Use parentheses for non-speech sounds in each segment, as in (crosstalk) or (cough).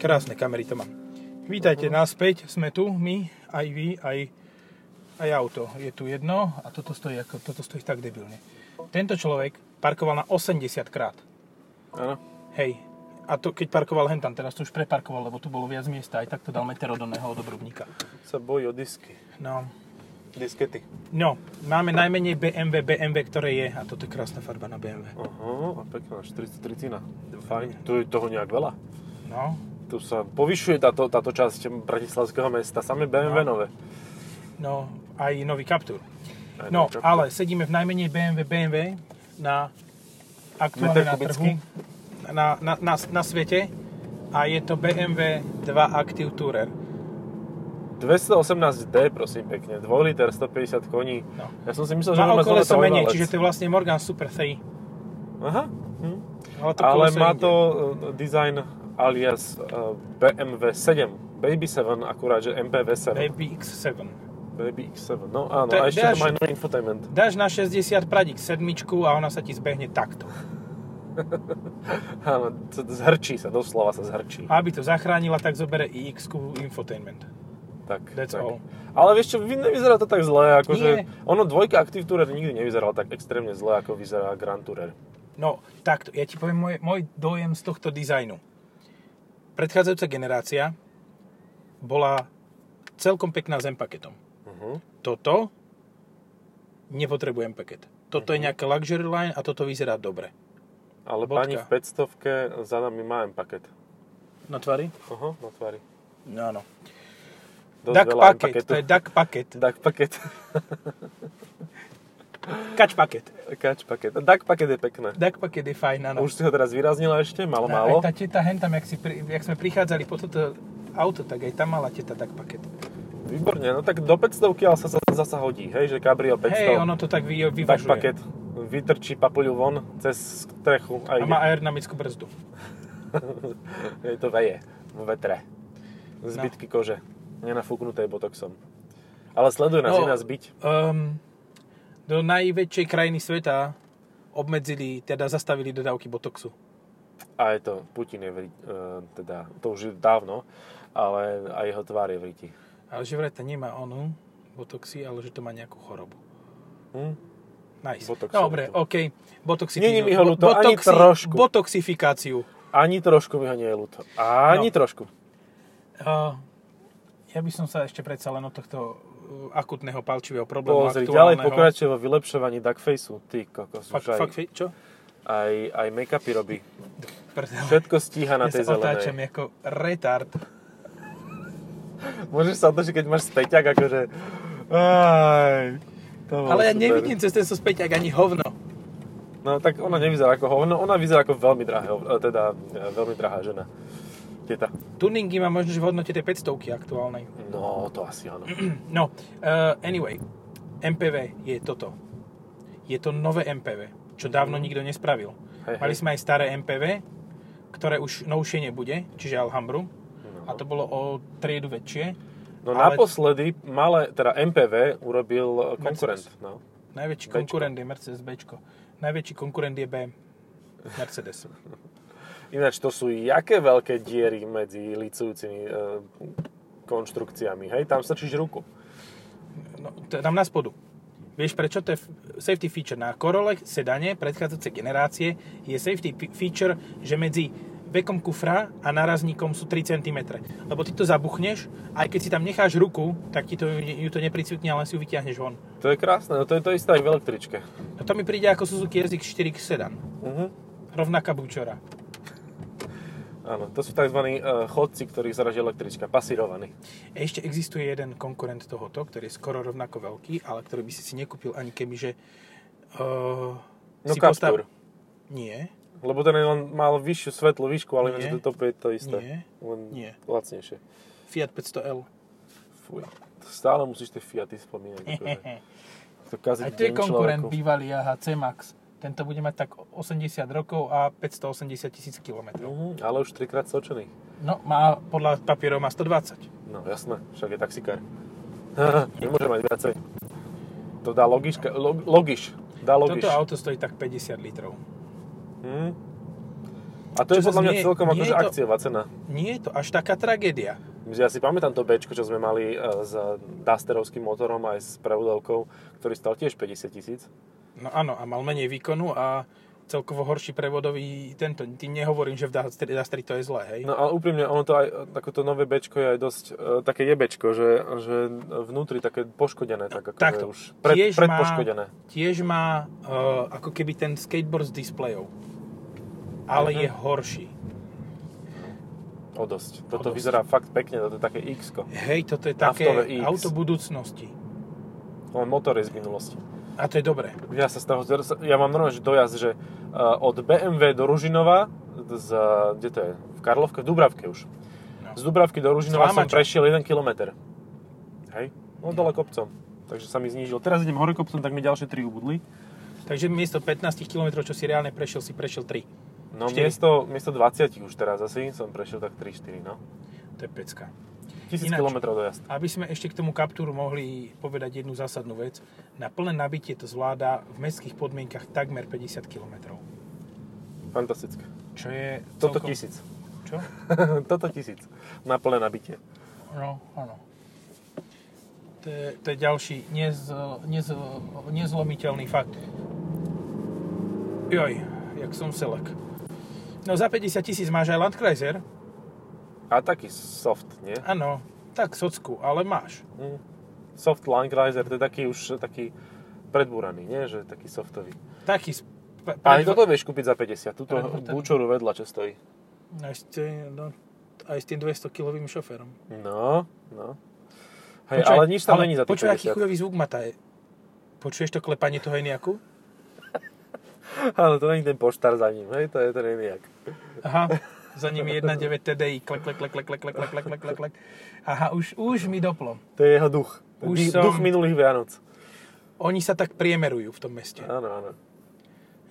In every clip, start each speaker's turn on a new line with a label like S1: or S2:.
S1: Krásne kamery to mám. Vítajte naspäť, sme tu, my, aj vy, aj, aj auto. Je tu jedno a toto stojí, ako, toto stojí tak debilne. Tento človek parkoval na 80 krát.
S2: Áno.
S1: Hej. A to keď parkoval hentam, teraz to už preparkoval, lebo tu bolo viac miesta, aj tak to dal meterodonného do Brubníka.
S2: Sa bojí o disky.
S1: No,
S2: Diskety.
S1: no, máme najmenej BMW, BMW, ktoré je, a toto je krásna farba na BMW.
S2: Aha, a pekná, 43 Fajn. Tu je toho nejak veľa.
S1: No,
S2: Tu sa povyšuje táto, táto časť bratislavského mesta, same BMW
S1: No.
S2: nové.
S1: no, aj nový Captur.
S2: Aj
S1: No,
S2: čo?
S1: ale sedíme v najmenej BMW BMW na aktuálne
S2: Meter
S1: na trhu,
S2: kubický?
S1: na, na, na, na svete a je to BMW 2 Active Tourer.
S2: 218D, prosím pekne, 2 liter, 150 koní.
S1: No.
S2: Ja som si myslel, že
S1: Má
S2: máme
S1: okolo
S2: znova
S1: sa menej,
S2: trojvalec.
S1: čiže to je vlastne Morgan Super 3.
S2: Aha. Hm.
S1: Ale, to e,
S2: Ale
S1: koleso
S2: má
S1: ide.
S2: to eh, design alias eh, BMW 7. Baby 7, akurát, že MPV 7.
S1: Baby X7.
S2: Baby X7, no áno,
S1: To je
S2: a ešte to
S1: ďalšie.
S2: má aj nový infotainment.
S1: Dáš na 60 pradik sedmičku a ona sa ti zbehne takto.
S2: Áno, to- to zhrčí sa, doslova sa zhrčí.
S1: A aby to zachránila, tak zobere ix infotainment.
S2: Tak,
S1: That's
S2: tak.
S1: all.
S2: Ale vieš čo, vy- nevyzerá to tak zle, akože...
S1: Nie.
S2: Ono dvojka Active Tourer nikdy nevyzerala tak extrémne zle, ako vyzerá Grand Tourer.
S1: No, takto. Ja ti poviem môj, môj dojem z tohto dizajnu. Predchádzajúca generácia bola celkom pekná s M-paketom.
S2: Uh-huh.
S1: Toto nepotrebujem paket. Toto
S2: Mhm.
S1: je nejaká luxury line a toto vyzerá dobre.
S2: Ale
S1: Bodka.
S2: pani v 500 za nami má M-paket.
S1: Na tvári?
S2: Aha, na tvári.
S1: No, áno.
S2: Dosť
S1: Duck
S2: veľa
S1: paket,
S2: M-paketu.
S1: to je duck paket.
S2: (laughs) Duck (laughs) paket.
S1: Kač paket.
S2: Kač paket. Duck paket je pekné.
S1: Duck paket je fajn, áno.
S2: Už si ho teraz vyraznila ešte, malo málo.
S1: Aj tá teta hentam, jak, si, pri- jak sme prichádzali po toto auto, tak aj tam mala teta duck paket.
S2: Výborne, no tak do 500 ale sa zasa, zasa hodí, hej, že Cabrio 500.
S1: Hej, ono to tak vy,
S2: Duck
S1: vyvažuje.
S2: paket vytrčí papuľu von cez strechu
S1: A
S2: a ide.
S1: má aerodynamickú brzdu.
S2: Je to veje v vetre.
S1: No.
S2: Zbytky kože. Nenafúknuté botoxom. Ale sleduje nás,
S1: No.
S2: je nás byť.
S1: Um, do najväčšej krajiny sveta obmedzili, teda zastavili dodávky botoxu.
S2: A je to, Putin je v, ri- e, teda, to už je dávno, ale aj jeho tvár je v riti.
S1: Ale že vraj to nemá onu botoxy, ale že to má nejakú chorobu.
S2: Hm?
S1: Nice.
S2: Botoxy.
S1: Dobre, OK. Botoxi...
S2: Není mi ho ľúto, ani trošku.
S1: Botoxifikáciu.
S2: Ani trošku mi ho nie je ľúto. Ani
S1: No.
S2: trošku.
S1: Uh, ja by som sa ešte predsa len od tohto uh, akutného palčivého problému
S2: Pozri, ďalej
S1: aktuálneho...
S2: pokračuje vo vylepšovaní duckfaceu. Ty kokos,
S1: Fakt,
S2: už aj,
S1: fakt, fi- čo?
S2: aj, aj make-upy robí.
S1: Prdele.
S2: Všetko stíha na
S1: ja
S2: tej
S1: sa otáčam
S2: zelenej.
S1: ako retard.
S2: Môžeš sa otočiť, keď máš späťak, akože... Aj, No, to bolo
S1: Ale ja
S2: super.
S1: nevidím cez ten späťak ani hovno.
S2: No tak ona nevyzerá ako hovno, ona vyzerá ako veľmi drahá, teda e, veľmi drahá žena. Teta.
S1: Tuningy má možno že v hodnote tej 500 aktuálnej. (clears throat)
S2: No, to asi áno.
S1: No, uh, anyway, MPV je toto. Je to nové MPV, čo dávno nikto nespravil.
S2: Hej,
S1: Mali
S2: hej.
S1: sme aj staré MPV, ktoré už novšie nebude, čiže Alhambru. A to bolo o triedu väčšie.
S2: No
S1: Ale-
S2: naposledy malé, teda MPV urobil e, konkurent.
S1: Mercedes.
S2: No.
S1: Najväčší
S2: Bčko.
S1: konkurent je Mercedes B. Najväčší konkurent je B.
S2: (laughs)
S1: Mercedes.
S2: Ináč to sú jaké veľké diery medzi licujúcimi e, konštrukciami, hej? Tam strčíš ruku.
S1: No, to je tam na spodu. Vieš prečo? To je f- safety feature. Na Corolle sedane predchádzajúcej generácie je safety p- feature, že medzi vekom kufra a narazníkom sú 3 cm. Lebo ty to zabuchneš, aj keď si tam necháš ruku, tak ti to, ju to nepricvitne, ale si ju vyťahneš von.
S2: To je krásne, no to je to isté aj v električke.
S1: No to mi príde ako Suzuki SX4 k sedan.
S2: Mhm.
S1: Rovnaká bučora.
S2: Áno, to sú tzv. e, chodci, ktorých zraží električka, pasírovaní.
S1: Ešte existuje jeden konkurent tohoto, ktorý je skoro rovnako veľký, ale ktorý by si si nekúpil ani keby, že... Uh,
S2: No
S1: postav-
S2: Captur.
S1: Nie,
S2: Lebo ten je len mal vyššiu svetlú výšku, ale
S1: Nie.
S2: ináč to, to je to isté.
S1: Nie.
S2: Len
S1: Nie.
S2: lacnejšie.
S1: Fiat 500L.
S2: Fuj. Stále musíš tie Fiaty spomínať.
S1: (laughs)
S2: Akože. To kazí
S1: Aj tu je
S2: deň
S1: konkurent
S2: človeku.
S1: bývalý AHC Max. Tento bude mať tak 80 rokov a 580 tisíc kilometrov.
S2: Mhm, ale už trikrát sočený.
S1: No, má, podľa papierov má 120.
S2: No jasné, však je taxikár. (laughs) Nemôže mať viacej. To dá logiška, log, logiš. Dá logiš.
S1: Toto auto stojí tak 50 litrov.
S2: Hm? A
S1: Čo
S2: to je podľa
S1: zase
S2: mňa
S1: nie-
S2: celkom
S1: nie
S2: akože
S1: je to-
S2: akciová cena.
S1: Nie je to až taká tragédia.
S2: Ja si pamätám to Bčko, čo sme mali e, s Dusterovským motorom aj s prevodovkou, ktorý stal tiež 50 tisíc.
S1: No áno, a mal menej výkonu a celkovo horší prevodový tento. Tým nehovorím, že v Dastri, Dastri to je zlé, hej?
S2: No ale úprimne, ono to aj, takéto nové Bčko je aj dosť, e, také jebečko, že, že vnútri také poškodené, tak akože
S1: takto.
S2: už pred,
S1: Tiež má-
S2: predpoškodené.
S1: Tiež má uh, ako keby ten skateboard s displejov. Ale
S2: Mhm.
S1: je horší.
S2: O dosť. Toto
S1: O dosť.
S2: vyzerá fakt pekne, toto je také x
S1: Hej, toto je také
S2: Naftové X.
S1: auto budúcnosti.
S2: Len motor je z minulosti.
S1: A to je dobré.
S2: Ja sa z toho, ja mám normálne že dojazd, že e, od BMW do Ružinova, z, e, kde to je, v Karlovke, v Dubravke už.
S1: No.
S2: Z Dubravky do Ružinova som
S1: Slámača.
S2: prešiel 1 km. Hej, no dole kopcom. Takže sa mi znížil. Teraz idem hore kopcom, tak mi ďalšie 3 ubudli.
S1: Takže miesto 15 km, čo si reálne prešiel, si prešiel 3.
S2: No
S1: Štyri.
S2: miesto, miesto 20 už teraz asi som prešiel tak 3-4, no.
S1: To je pecka.
S2: 1000
S1: Ináč.
S2: km dojazd.
S1: Aby sme ešte k tomu kaptúru mohli povedať jednu zásadnú vec, na plné nabitie to zvláda v mestských podmienkach takmer 50 km.
S2: Fantastické.
S1: Čo je
S2: Toto
S1: celkom-
S2: tisíc. (laughs)
S1: Čo?
S2: Toto tisíc. Na plné nabitie.
S1: No, áno. To je, to je ďalší nez, nez, nezlomiteľný fakt. Joj, jak som selek. No za 50 tisíc máš aj Landkreiser?
S2: A taký soft, nie?
S1: Áno, tak socku, ale máš.
S2: Mm. Soft Langriser, to je taký už taký predbúraný, nie? Že taký softový.
S1: Taký... Sp- pre-
S2: A aj toto vieš kúpiť za 50, túto
S1: Predbúrtený.
S2: búčoru vedľa, čo stojí.
S1: Aj s, tým, no, aj s tým 200-kilovým šoférom.
S2: No, no. Hej, ale nič tam není za tých
S1: Počuj, aký
S2: 50.
S1: chujový zvuk má tá... Počuješ to klepanie toho eniaku?
S2: Áno, to není ten poštár za ním, hej, to je ten nejak.
S1: Aha, za ním je 1.9 TDI, klek, klek, klek, klek, klek, klek, klek, klek, klek, klek. Aha, už, už mi doplo.
S2: To je jeho duch.
S1: Už
S2: Duch-
S1: som-
S2: Duch minulých Vianoc.
S1: Oni sa tak priemerujú v tom meste.
S2: Áno, áno.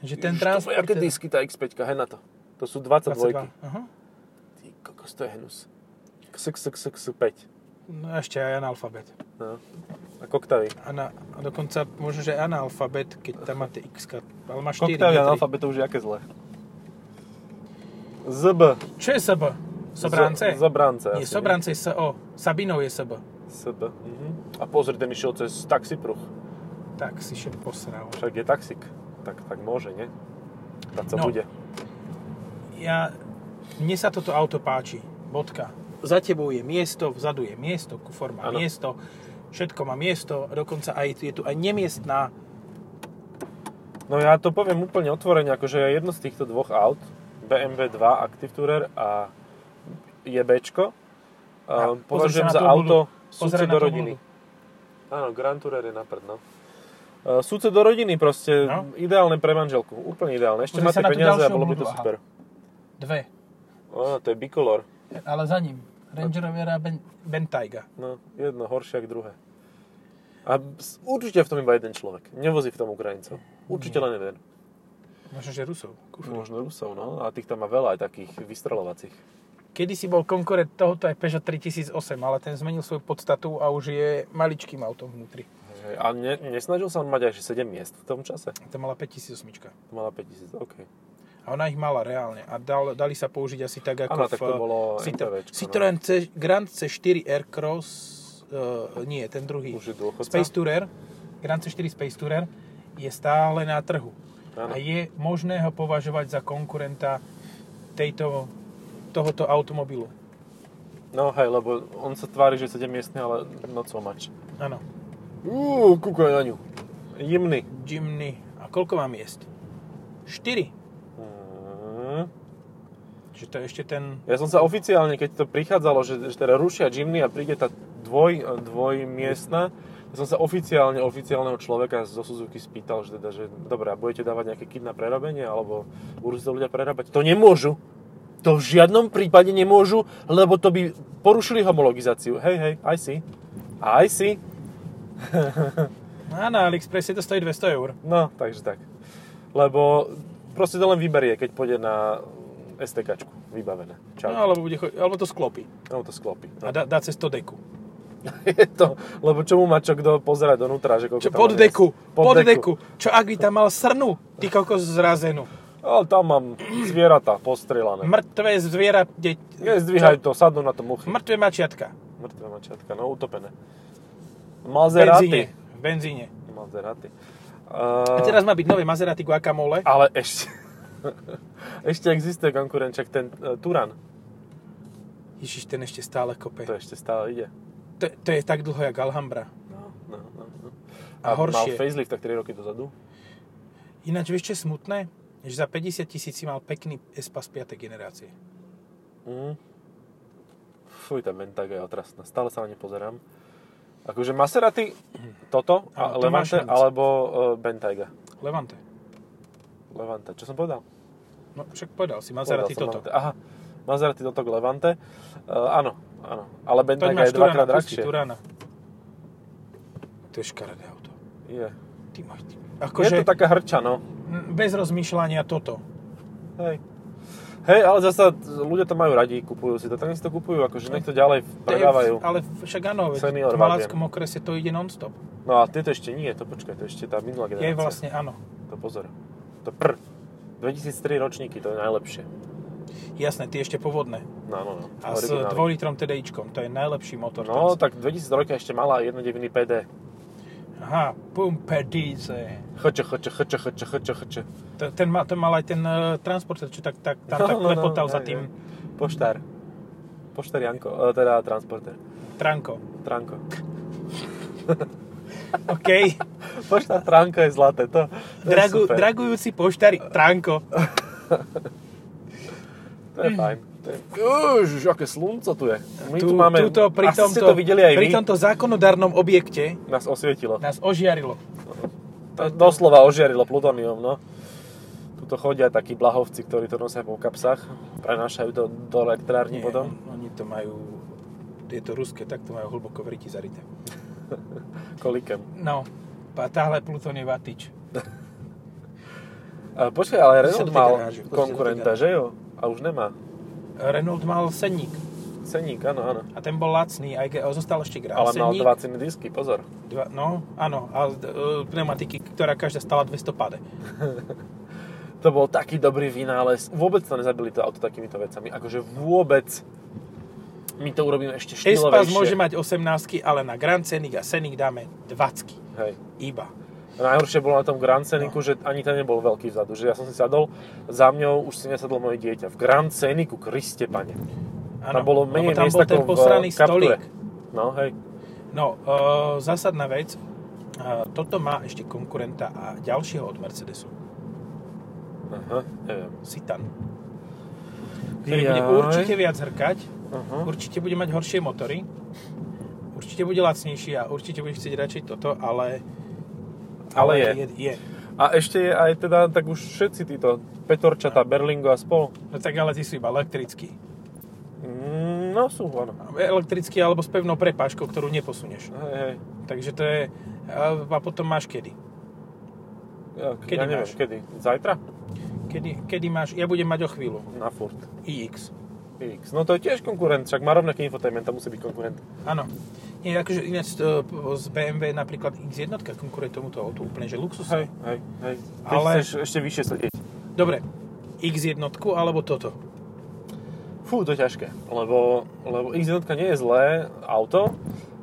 S1: Že ten teda.
S2: Ježiš, to má
S1: transport...
S2: Jaké disky tá X5, hej na to. To sú 22.
S1: 22. Aha.
S2: Ty kokos, to je hnus. XXXX5.
S1: No a ešte aj analfabet.
S2: No. A koktavy.
S1: Ana, a dokonca možno, že analfabet, keď tam má tie x ale má 4.
S2: Koktavy analfabet, to už je aké zlé. ZB.
S1: ČSB. Sobrance?
S2: Z- Zobrance.
S1: Nie,
S2: asi,
S1: Sobrance je SO. Sabinov je SB.
S2: SB. Mhm. A pozri, ten išiel cez taxipruch.
S1: Tak si šet posral.
S2: Však je taxík. Tak, tak môže, nie? Tak co
S1: No.
S2: bude?
S1: Ja, mne sa toto auto páči. Bodka. Za tebou je miesto, vzadu je miesto, kufor má
S2: Áno.
S1: miesto, všetko má miesto, dokonca aj, je tu aj nemiestná.
S2: No ja to poviem úplne otvorene, akože ja jedno z týchto dvoch aut, BMW 2 Active Tourer a JBčko,
S1: A
S2: a,
S1: pozri
S2: považujem
S1: sa na
S2: za
S1: tú
S2: auto
S1: Pozeraj
S2: súce
S1: na
S2: do
S1: tú
S2: rodiny. Áno, Grand Tourer je naprd, no. E, Súce do rodiny proste,
S1: No.
S2: ideálne pre manželku, úplne ideálne. Ešte
S1: Pozri
S2: máte
S1: sa na tú
S2: peniaze a
S1: ďalšiu
S2: bolo by to
S1: obľúbu, aha.
S2: super.
S1: Dve.
S2: Áno, to je bicolor.
S1: Ale za ním. Range Rover a ben, Bentayga.
S2: No, jedno horšie ako druhé. A s- určite je v tom iba jeden človek. Nevozí v tom Ukrajincov. Určite len jeden.
S1: Možno, že Rusov. Kufr.
S2: Možno Rusov, no. A tých tam má veľa aj takých vystrelovacích.
S1: Kedy si bol konkurent tohoto aj Peugeot 3008, ale ten zmenil svoju podstatu a už je maličkým autom vnútri.
S2: Hej, A ne, nesnažil sa on mať aj že 7 miest v tom čase?
S1: Tá mala 5008.
S2: To mala 5000, OK.
S1: A ona ich mala reálne. A dal, dali sa použiť asi tak ako
S2: Áno, tak to
S1: v,
S2: bolo
S1: Citro-
S2: MPVčko, no.
S1: Citroen C, Grand C4 Aircross, uh, nie, ten druhý,
S2: Už je dôchodca.
S1: Space Tourer, Grand C4 Space Tourer je stále na trhu.
S2: Áno.
S1: A je možné ho považovať za konkurenta tejto, tohoto automobilu.
S2: No hej, lebo on sa tvári, že je 7 miestny, ale no not so much.
S1: Áno,
S2: Uuu, kúkaj na ňu. Jimny.
S1: Jimny. A koľko má miest? 4.
S2: Mm.
S1: Čiže to je ešte ten...
S2: Ja som sa oficiálne, keď to prichádzalo, že, že teda rušia Jimny a príde tá dvoj, dvojmiestna, ja som sa oficiálne, oficiálneho človeka zo Suzuki spýtal, že teda, že dobre, a budete dávať nejaké kit na prerobenie, alebo budú si to ľudia prerábať? To nemôžu. To v žiadnom prípade nemôžu, lebo to by porušili homologizáciu. Hej, hej, I see. I see.
S1: A na AliExpresse to stojí 200 eur.
S2: No, takže tak. Lebo proste to len vyberie, keď pôjde na STKčku vybavené. Čau.
S1: No, alebo, bude, cho- alebo to sklopí.
S2: alebo to sklopí.
S1: A
S2: No.
S1: dá, dá cez to deku.
S2: Je to, lebo čo mu má čo kto pozerať donútra, že
S1: Čo,
S2: koľko tam
S1: pod
S2: má miest?
S1: deku, pod deku. Čo ak by tam mal srnu, ty kokos zrazenú.
S2: No, Ale tam mám zvieratá postrelané.
S1: Mŕtve zviera... De...
S2: Nezdvíhaj to, sadnú na to muchy.
S1: Mŕtve mačiatka.
S2: Mŕtve mačiatka, no utopené.
S1: V benzíne.
S2: Mazeraty.
S1: V benzíne.
S2: Mazeraty.
S1: A
S2: Uh,
S1: teraz má byť nové Maserati Guacamole.
S2: Ale ešte... (laughs) ešte existuje konkurent, čak ten uh, Turan.
S1: Ježiš, ten ešte stále kope.
S2: To ešte stále ide.
S1: To, to je tak dlho, jak Alhambra.
S2: No, no, no, no.
S1: A horšie.
S2: mal facelift tak 3 roky dozadu.
S1: Ináč, vieš, čo je smutné? Že za 50 tisíc si mal pekný Espas 5. generácie.
S2: Mm. Fuj, tá Bentayga je otrasná. Stále sa na ne pozerám. Akože Maserati, toto, a
S1: Áno, to máš
S2: Levante,
S1: šancu.
S2: alebo uh, Bentayga.
S1: Levante.
S2: Levante, čo som povedal?
S1: No, však povedal si, Maserati
S2: Povedal som
S1: toto.
S2: Levante. Aha, Maserati toto k Levante. Uh, áno, áno. Ale
S1: Toť
S2: Bentayga
S1: máš
S2: je dvakrát
S1: Turana, pusti
S2: drahšie.
S1: Turana. To je škaredé auto.
S2: Je.
S1: Ty môj, ty.
S2: je
S1: Akože
S2: to taká hrča, no.
S1: m, bez rozmýšľania toto.
S2: Hej. Hej, ale zasa ľudia to majú radi, kupujú si to, tak nech si to kupujú, akože nech to ďalej
S1: To je-
S2: predávajú.
S1: Ale však áno, veď
S2: Senior
S1: v
S2: vagén.
S1: Malanskom okrese to ide non-stop.
S2: No a tieto ešte nie, to počkaj, to ešte tá minulá
S1: Je
S2: generácia.
S1: vlastne áno.
S2: To pozor. To pr. 2003 ročníky, to je najlepšie.
S1: Jasné, tie ešte povodné.
S2: No, no, no.
S1: A s 2
S2: originály.
S1: litrom TDIčkom, to je najlepší motor.
S2: No,
S1: Ten-
S2: tak 2003 ešte mala 1.9 PD.
S1: Aha, pum, pedice.
S2: Chč, chč, chč, chč, chč, chč.
S1: To- Ten, mal, ten mal aj ten uh, transporter, čo tak, tak,
S2: No,
S1: tam tak klepotal za
S2: hej,
S1: tým
S2: hej. Poštár. Poštár Janko, e, teda transporter.
S1: tranko.
S2: Tranko. (laughs)
S1: OK.
S2: Poštár Tranko je zlaté, to, to je
S1: Dragu,
S2: super.
S1: dragujúci poštári, tranko.
S2: To je fajn. To je... Ježiš, aké slunco tu je. My tu,
S1: Tu-
S2: máme,
S1: tuto, pri
S2: asi
S1: tomto,
S2: ste to videli aj
S1: pri
S2: vy,
S1: tomto zákonodárnom objekte
S2: nás osvietilo.
S1: nás ožiarilo.
S2: To doslova ožiarilo plutonium, no. Tuto chodia takí blahovci, ktorí to nosia po kapsách, prenášajú to do elektrárni potom.
S1: on- oni to majú, tieto ruské, tak to majú hlboko v riti zarité.
S2: Kolikem.
S1: No, a táhle Pluton je vatič.
S2: A počkaj, ale
S1: Čo sa
S2: Renault
S1: dotýka
S2: mal
S1: garáže? Čo sa
S2: konkurenta,
S1: dotýka?
S2: že jo? A už nemá.
S1: Renault mal senník
S2: Ceník, áno, áno.
S1: a ten bol lacný, aj keď zostal ešte grál.
S2: Ale mal
S1: senník,
S2: dva ceny disky, pozor.
S1: dva- no, áno, a e, pneumatiky, ktorá každá stala 200 pade.
S2: To bol taký dobrý vynález. Vôbec to nezabili to auto takýmito vecami. Akože vôbec. My to urobíme ešte
S1: Espas
S2: štýlovejšie.
S1: môže mať 18, ale na Grand Scenic a Scenic dáme 20.
S2: Hej.
S1: Iba.
S2: Najhoršie bolo na tom Grand Sceniku, že ani ten nebol veľký vzadu, že ja som si sadol, za mňou už si nesadlo moje dieťa. V Grand Sceniku, Kriste pane.
S1: Áno,
S2: tam bolo
S1: lebo
S2: menej
S1: tam
S2: miesta
S1: bol ten
S2: ako v e,
S1: posraný
S2: Capture.
S1: stolík.
S2: No hej,
S1: No, e, zásadná vec, e, toto má ešte konkurenta a ďalšieho od Mercedesu,
S2: aha, neviem.
S1: Citan, ktorý bude
S2: Jaj.
S1: určite viac hrkať,
S2: Aha.
S1: určite bude mať horšie motory, určite bude lacnejší a určite bude chcieť radšej toto, ale...
S2: Ale je.
S1: je. je.
S2: A ešte je aj teda, tak už všetci títo Petorčata, Berlingo a spol.
S1: No tak ale ty sú iba elektrický.
S2: Mm, No sú, áno.
S1: Elektrický alebo s pevnou prepážkou, ktorú neposunieš.
S2: Hej, hej.
S1: Takže to je... A potom máš kedy?
S2: Ja,
S1: Kedy
S2: ja neviem,
S1: máš?
S2: kedy? Zajtra?
S1: Kedy, kedy máš... Ja budem mať o chvíľu.
S2: Na furt.
S1: iX.
S2: X. No to je tiež konkurent, však má rovnaký infotainment, tam musí byť konkurent.
S1: Áno. Nie, akože ináč e, z BMW napríklad X1 konkuruje tomuto autu úplne, že luxus.
S2: Hej, hej, hej. Keď
S1: Ale-
S2: chceš ešte vyššie sedieť.
S1: Dobre, X1 alebo toto.
S2: Fú, to je ťažké, lebo, lebo X1 nie je zlé auto,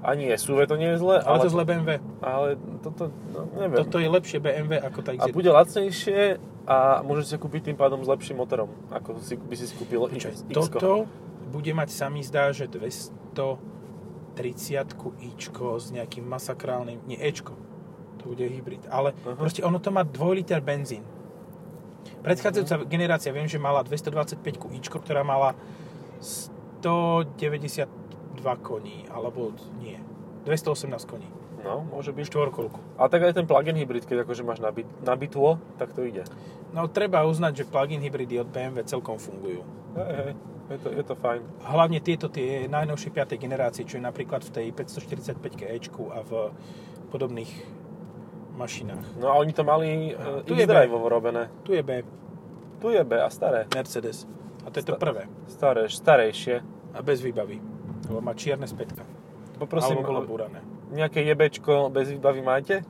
S2: ani SUV to nie je zlé,
S1: Ale,
S2: ale,
S1: to zle BMW.
S2: ale toto, no, neviem.
S1: Toto je lepšie BMW ako tá
S2: a
S1: X1.
S2: bude lacnejšie a môžeš si kúpiť tým pádom s lepším motorom, ako si, by si skúpil
S1: Počkaj,
S2: X.
S1: toto bude mať sa mi zdá, že 230 ičko s nejakým masakrálnym, nie Ečko, to bude hybrid, ale
S2: Aha.
S1: proste ono to má 2 liter benzín.
S2: Mhm.
S1: Predchádzajúca generácia, viem, že mala 225 ičko, ktorá mala 192 koní, alebo nie, 218 koní,
S2: No, môže byť.
S1: štvorkolku.
S2: A tak aj ten plug-in hybrid, keď akože máš nabit, nabitvo, tak to ide.
S1: No treba uznať, že plug-in hybridy od BMW celkom fungujú.
S2: Hej, hej, je to, je to fajn.
S1: Hlavne tieto tie najnovšie 5. generácie, čo je napríklad v tej 545 Ečku a v podobných mašinách.
S2: No a oni to mali uh,
S1: Tu je
S2: X-Drive robené.
S1: Tu je B,
S2: Tu je B a staré.
S1: Mercedes. A to je to
S2: Sta-
S1: prvé.
S2: Staré, starejšie.
S1: A bez výbavy. Lebo má čierne spätka.
S2: Poprosím,
S1: Alebo bolo burané.
S2: nejaké jebečko bez výbavy máte?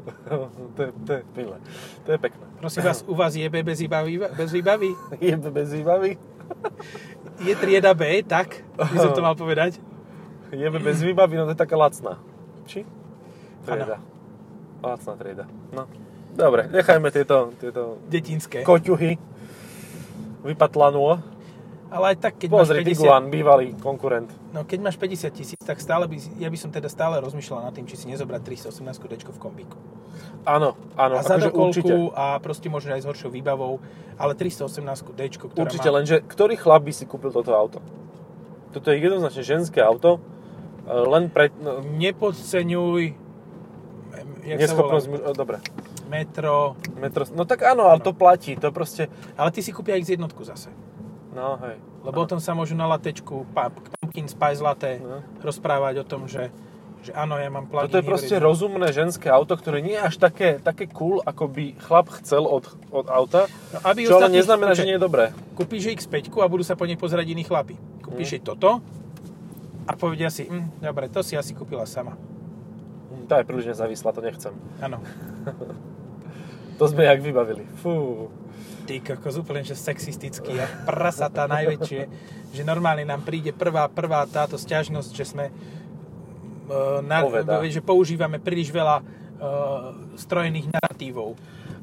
S2: (laughs) to, je, to je milé. To je pekné. (laughs)
S1: Prosím vás, u vás jebe bez výbavy? Bez výbavy?
S2: Je to bez výbavy?
S1: Je trieda B, tak? By som to mal povedať.
S2: Jeme bez výbavy, no to je taká lacná. Či? Trieda.
S1: Áno.
S2: Lacná trieda. No. Dobre, nechajme tieto, tieto
S1: Detinské.
S2: koťuhy vypatlanú.
S1: Ale aj tak, keď
S2: Pozri,
S1: máš 50...
S2: Tiguan, bývalý konkurent.
S1: No keď máš 50 tisíc, tak stále by, ja by som teda stále rozmýšľal nad tým, či si nezobrať 318 dečko v kombíku.
S2: Áno, áno,
S1: A za
S2: akože určite.
S1: dokolku a proste možno aj s horšou výbavou, ale 318 dečko, ktorá
S2: Určite,
S1: má...
S2: lenže ktorý chlap by si kúpil toto auto? Toto je jednoznačne ženské auto, e, len pre... No,
S1: Nepodceňuj... em, Jak
S2: neschopnosť...
S1: sa
S2: muž- o, Dobre.
S1: volá? Metro...
S2: Metro... No tak áno, ale to platí, to proste...
S1: Ale ty si kúpia X jednotku zase.
S2: No hej.
S1: Lebo o tom sa môžu na latečku pap- Pumpkin Spice Latte
S2: No.
S1: rozprávať o tom, že, že áno, ja mám plug-in
S2: Toto No je proste
S1: hybridnú.
S2: rozumné ženské auto, ktoré nie je až také, také cool, ako by chlap chcel od, od auta,
S1: No, aby
S2: čo ale
S1: ostatní-
S2: neznamená, že
S1: počkaj,
S2: nie je dobré.
S1: Kúpíš jej X5 a budú sa po nej pozerať iní chlapi. Kúpíš
S2: Mm.
S1: jej toto a povedia si, hm, dobre, to si asi kúpila sama.
S2: Tá je príliš nezávislá, to nechcem.
S1: Áno.
S2: To sme jak vybavili. Fú.
S1: Ty kokos, úplne, že sexistický a prasatá najväčšie, že normálne nám príde prvá, prvá táto stiažnosť, že sme e, na,
S2: Poveda.
S1: že používame príliš veľa e, strojených narratívov.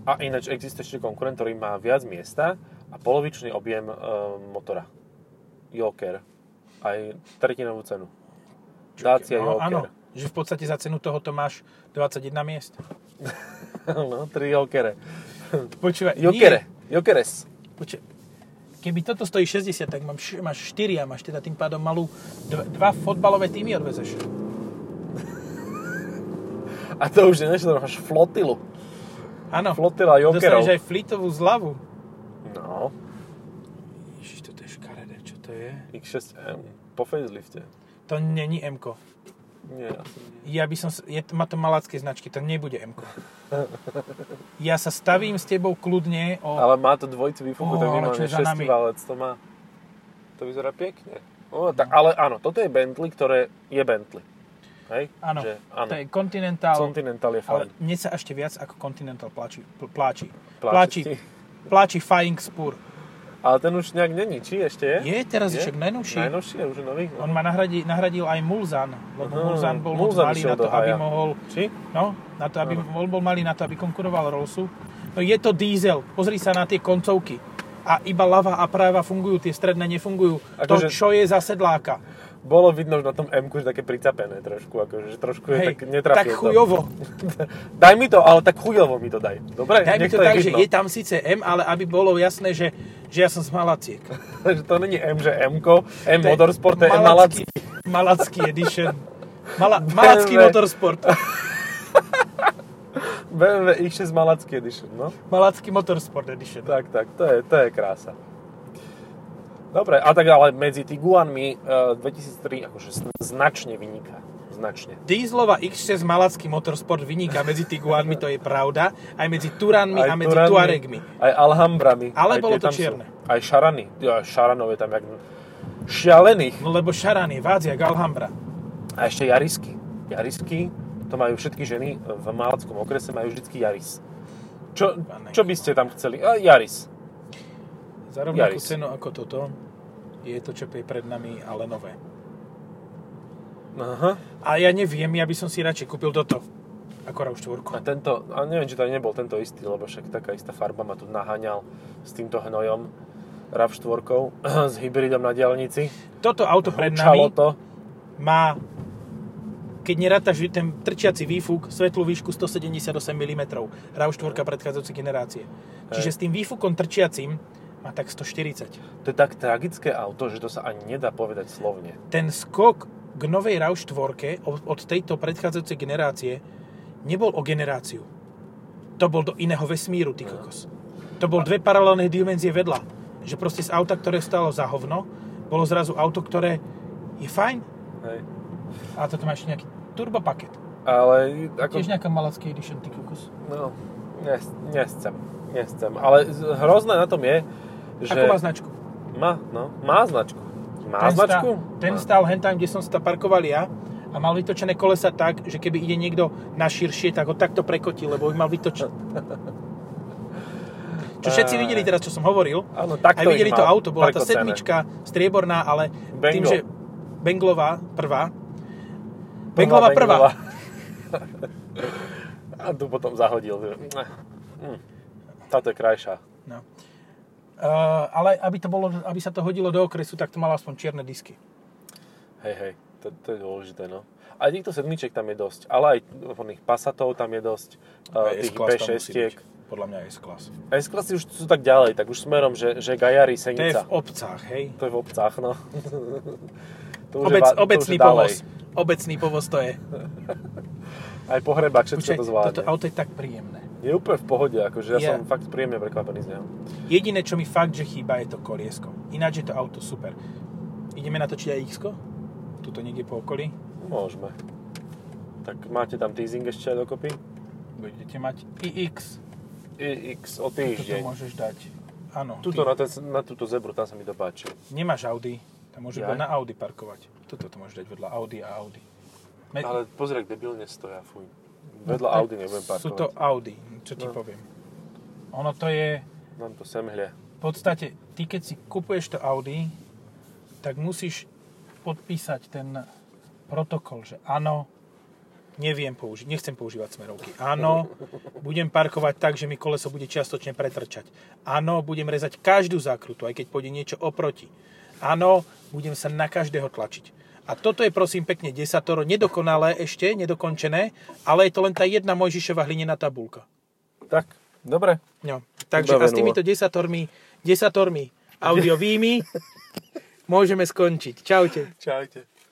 S2: A ináč existuje ešte konkurent, ktorý má viac miesta a polovičný objem e, motora. Joker. Aj tretinovú cenu. Dacia
S1: no,
S2: Joker.
S1: áno, že v podstate za cenu tohoto máš 21 miest.
S2: (laughs) no, tri Jokere.
S1: Počúvaj,
S2: Jokere. Jokeres.
S1: nie, počúvaj, keby toto stojí 60, tak mám, š- máš 4 a máš teda tým pádom malú dva, dva fotbalové týmy odvezeš.
S2: A to už je niečo, to máš flotilu.
S1: Áno,
S2: Flotila Jokerov.
S1: dostaneš aj flitovú zľavu.
S2: No,
S1: Ježiš, toto je škaredé, čo to je?
S2: X6M. Po facelifte.
S1: To není m -ko.
S2: Nie, asi nie.
S1: Ja by som... s- Je, má to malacké značky, to nebude m -ko. Ja sa stavím s tebou kľudne o...
S2: Ale má to dvojicu výfuku,
S1: Ó,
S2: oh, tak
S1: ale čo
S2: minimálne
S1: je za nami?
S2: šestivalec to má. To vyzerá Hm. pekne. O, tak, ale áno, toto je Bentley, ktoré je Bentley. Hej?
S1: Áno,
S2: Že, áno.
S1: to je Continental.
S2: Continental je fajn.
S1: Ale mne sa ešte viac ako Continental pláči. pl- Pláči.
S2: Pláči
S1: Pláči.
S2: ti?
S1: Pláči Flying Spur.
S2: Ale ten už nejak není, či ešte je?
S1: Je teraz je? však najnovší.
S2: Najnovší je už nový.
S1: On ma nahradil, nahradil aj Mulzan, lebo
S2: Aha,
S1: Mulzan bol moc
S2: Mulzan
S1: malý
S2: išiel
S1: na to,
S2: do
S1: aby
S2: haja.
S1: mohol...
S2: Či?
S1: No, na to, aby bol, bol malý na to, aby konkuroval Rollsu. No je to diesel. Pozri sa na tie koncovky. A iba ľava a práva fungujú, tie stredné nefungujú.
S2: Akože-
S1: To, čo je za sedláka.
S2: Bolo vidno už na tom m že také pricapené trošku, akože že trošku je
S1: Hej,
S2: tak netrafil.
S1: tak
S2: to.
S1: chujovo.
S2: (laughs) daj mi to, ale tak chujovo mi to daj. Dobre?
S1: Daj mi
S2: Nech
S1: to
S2: je
S1: tak, že
S2: vidno.
S1: je tam síce M, ale aby bolo jasné, že, že ja som z Malaciek.
S2: že to není M, že M-ko, M
S1: To je
S2: (laughs) Motorsport, to je M Malacký. (laughs)
S1: Malacký edition. Mala, Malacký motorsport.
S2: BMW X6 Malacký Edition, no.
S1: Malacký motorsport edition.
S2: Tak, tak, to je, to je krása. Dobre, a tak ale medzi Tiguanmi e, 2003 akože sn- značne vyniká. Značne.
S1: Dízlova X6 Malacký motorsport vyniká medzi Tiguanmi, to je pravda, aj medzi Turanmi a medzi
S2: Turanmi,
S1: Tuaregmi.
S2: Aj Alhambrami.
S1: Ale
S2: aj
S1: bolo
S2: tie
S1: to
S2: tam sú.
S1: čierne.
S2: Aj Šarany. Ja, Šaranov je tam jak šialených.
S1: No lebo Šaran je vádzia Alhambra.
S2: A ešte Jarisky. Jarisky, to majú všetky ženy v Malackom okrese, majú vždycky Jaris. Čo,
S1: Pane
S2: čo by ste tam chceli? A, Jaris.
S1: Za rovnakú
S2: Yaris.
S1: cenu ako toto je to, čo je pred nami, ale nové.
S2: Aha.
S1: A ja neviem, ja by som si radšej kúpil toto. Ako
S2: A
S1: RAV4.
S2: tento, a neviem, či to aj nebol tento istý, lebo však taká istá farba ma tu naháňal s týmto hnojom RAV4 (clears throat) s hybridom na diálnici.
S1: Toto auto pred nami
S2: Čalo to.
S1: má keď nerátaš ten trčiaci výfuk, svetlú výšku 178 mm, RAV4 predchádzajúcej generácie. Čiže s tým výfukom trčiacim má tak 140.
S2: To je tak tragické auto, že to sa ani nedá povedať slovne.
S1: ten skok k novej RAV4 od od tejto predchádzajúcej generácie nebol o generáciu. To bol do iného vesmíru, ty kokos. To bol dve paralelné dimenzie vedľa. Že proste z auta, ktoré stalo za hovno, bolo zrazu auto, ktoré je fajn,
S2: Hej.
S1: a toto má ešte nejaký turbopaket.
S2: Ale ako...
S1: Tiež nejaká malacký edition, ty kokos.
S2: No, nes- nechcem. Nechcem. Ale z- hrozné na tom je, že...
S1: Ako má značku?
S2: Má, no, má značku. Má
S1: Ten
S2: značku? No.
S1: Stál, ten
S2: má.
S1: stál hen tam, kde som sa parkoval ja a mal vytočené kolesa tak, že keby ide niekto na širšie, tak ho takto prekotí, lebo ich mal
S2: (laughs)
S1: vytočené. Čo všetci videli teraz, čo som hovoril.
S2: Eh. Áno, takto
S1: Aj videli
S2: ich
S1: to
S2: mal
S1: auto, bola tá
S2: prekocené.
S1: sedmička, strieborná, ale tým,
S2: Bengal.
S1: že Benglová prvá, Benglová prvá.
S2: Benglová. (laughs) a tu potom zahodil. Hm, Táto je krajšia.
S1: No. Uh, ale aby, to bolo, aby sa to hodilo do okresu, tak to malo aspoň čierne disky.
S2: Hej, hej, to, to je dôležité, no. A týchto sedmiček tam je dosť, ale aj oných pasatov tam je dosť, uh, tých
S1: S-Class tam musí
S2: B6.
S1: byť. Podľa mňa S-Class.
S2: S-klasy už sú tak ďalej, tak už smerom, že, že
S1: To je v
S2: Gajari, Senica.
S1: obcách, hej?
S2: To je v obcách,
S1: (laughs)
S2: no. to už
S1: Obec,
S2: va- to už
S1: obecný
S2: ďalej.
S1: povoz. Obecný povoz to je.
S2: Aj pohrebák, všetko
S1: Počkaj,
S2: to zvládne.
S1: toto auto je tak príjemné.
S2: Je úplne v pohode, akože ja
S1: Je.
S2: som fakt príjemne prekvapený z neho.
S1: Jediné, čo mi fakt, že chýba, je to koliesko. Ináč je to auto super. Ideme natočiť aj X-ko? Tuto niekde po okolí?
S2: Môžeme. Tak máte tam teasing ešte aj dokopy?
S1: Budete mať iX.
S2: IX o
S1: Toto
S2: týždeň.
S1: môžeš dať. Áno. ty
S2: Tuto na, ten, na túto zebru, tam sa mi to páči.
S1: Nemáš Audi. Tam môže
S2: Ja?
S1: iba na Audi parkovať. Toto to môžeš dať vedľa Audi a Audi. Me-
S2: Ale pozri, ak debilne stoja, fuj. Vedľa
S1: No tak
S2: Audi nebudem parkovať.
S1: Sú to Audi, čo ti
S2: No.
S1: poviem. Ono to je...
S2: Nám to sem hlie.
S1: V podstate, ty keď si kupuješ to Audi, tak musíš podpísať ten protokol, že áno, neviem použiť, nechcem používať smerovky. Áno, budem parkovať tak, že mi koleso bude čiastočne pretrčať. Áno, budem rezať každú zákrutu, aj keď pôjde niečo oproti. Áno, budem sa na každého tlačiť. A toto je prosím pekne desatoro, nedokonalé ešte, nedokončené, ale je to len tá jedna Mojžišova hlinená tabulka.
S2: Tak, dobre.
S1: No, takže a s
S2: Vybavenú.
S1: týmito desatormi, desatormi audiovými môžeme skončiť. Čaute.
S2: Čaute.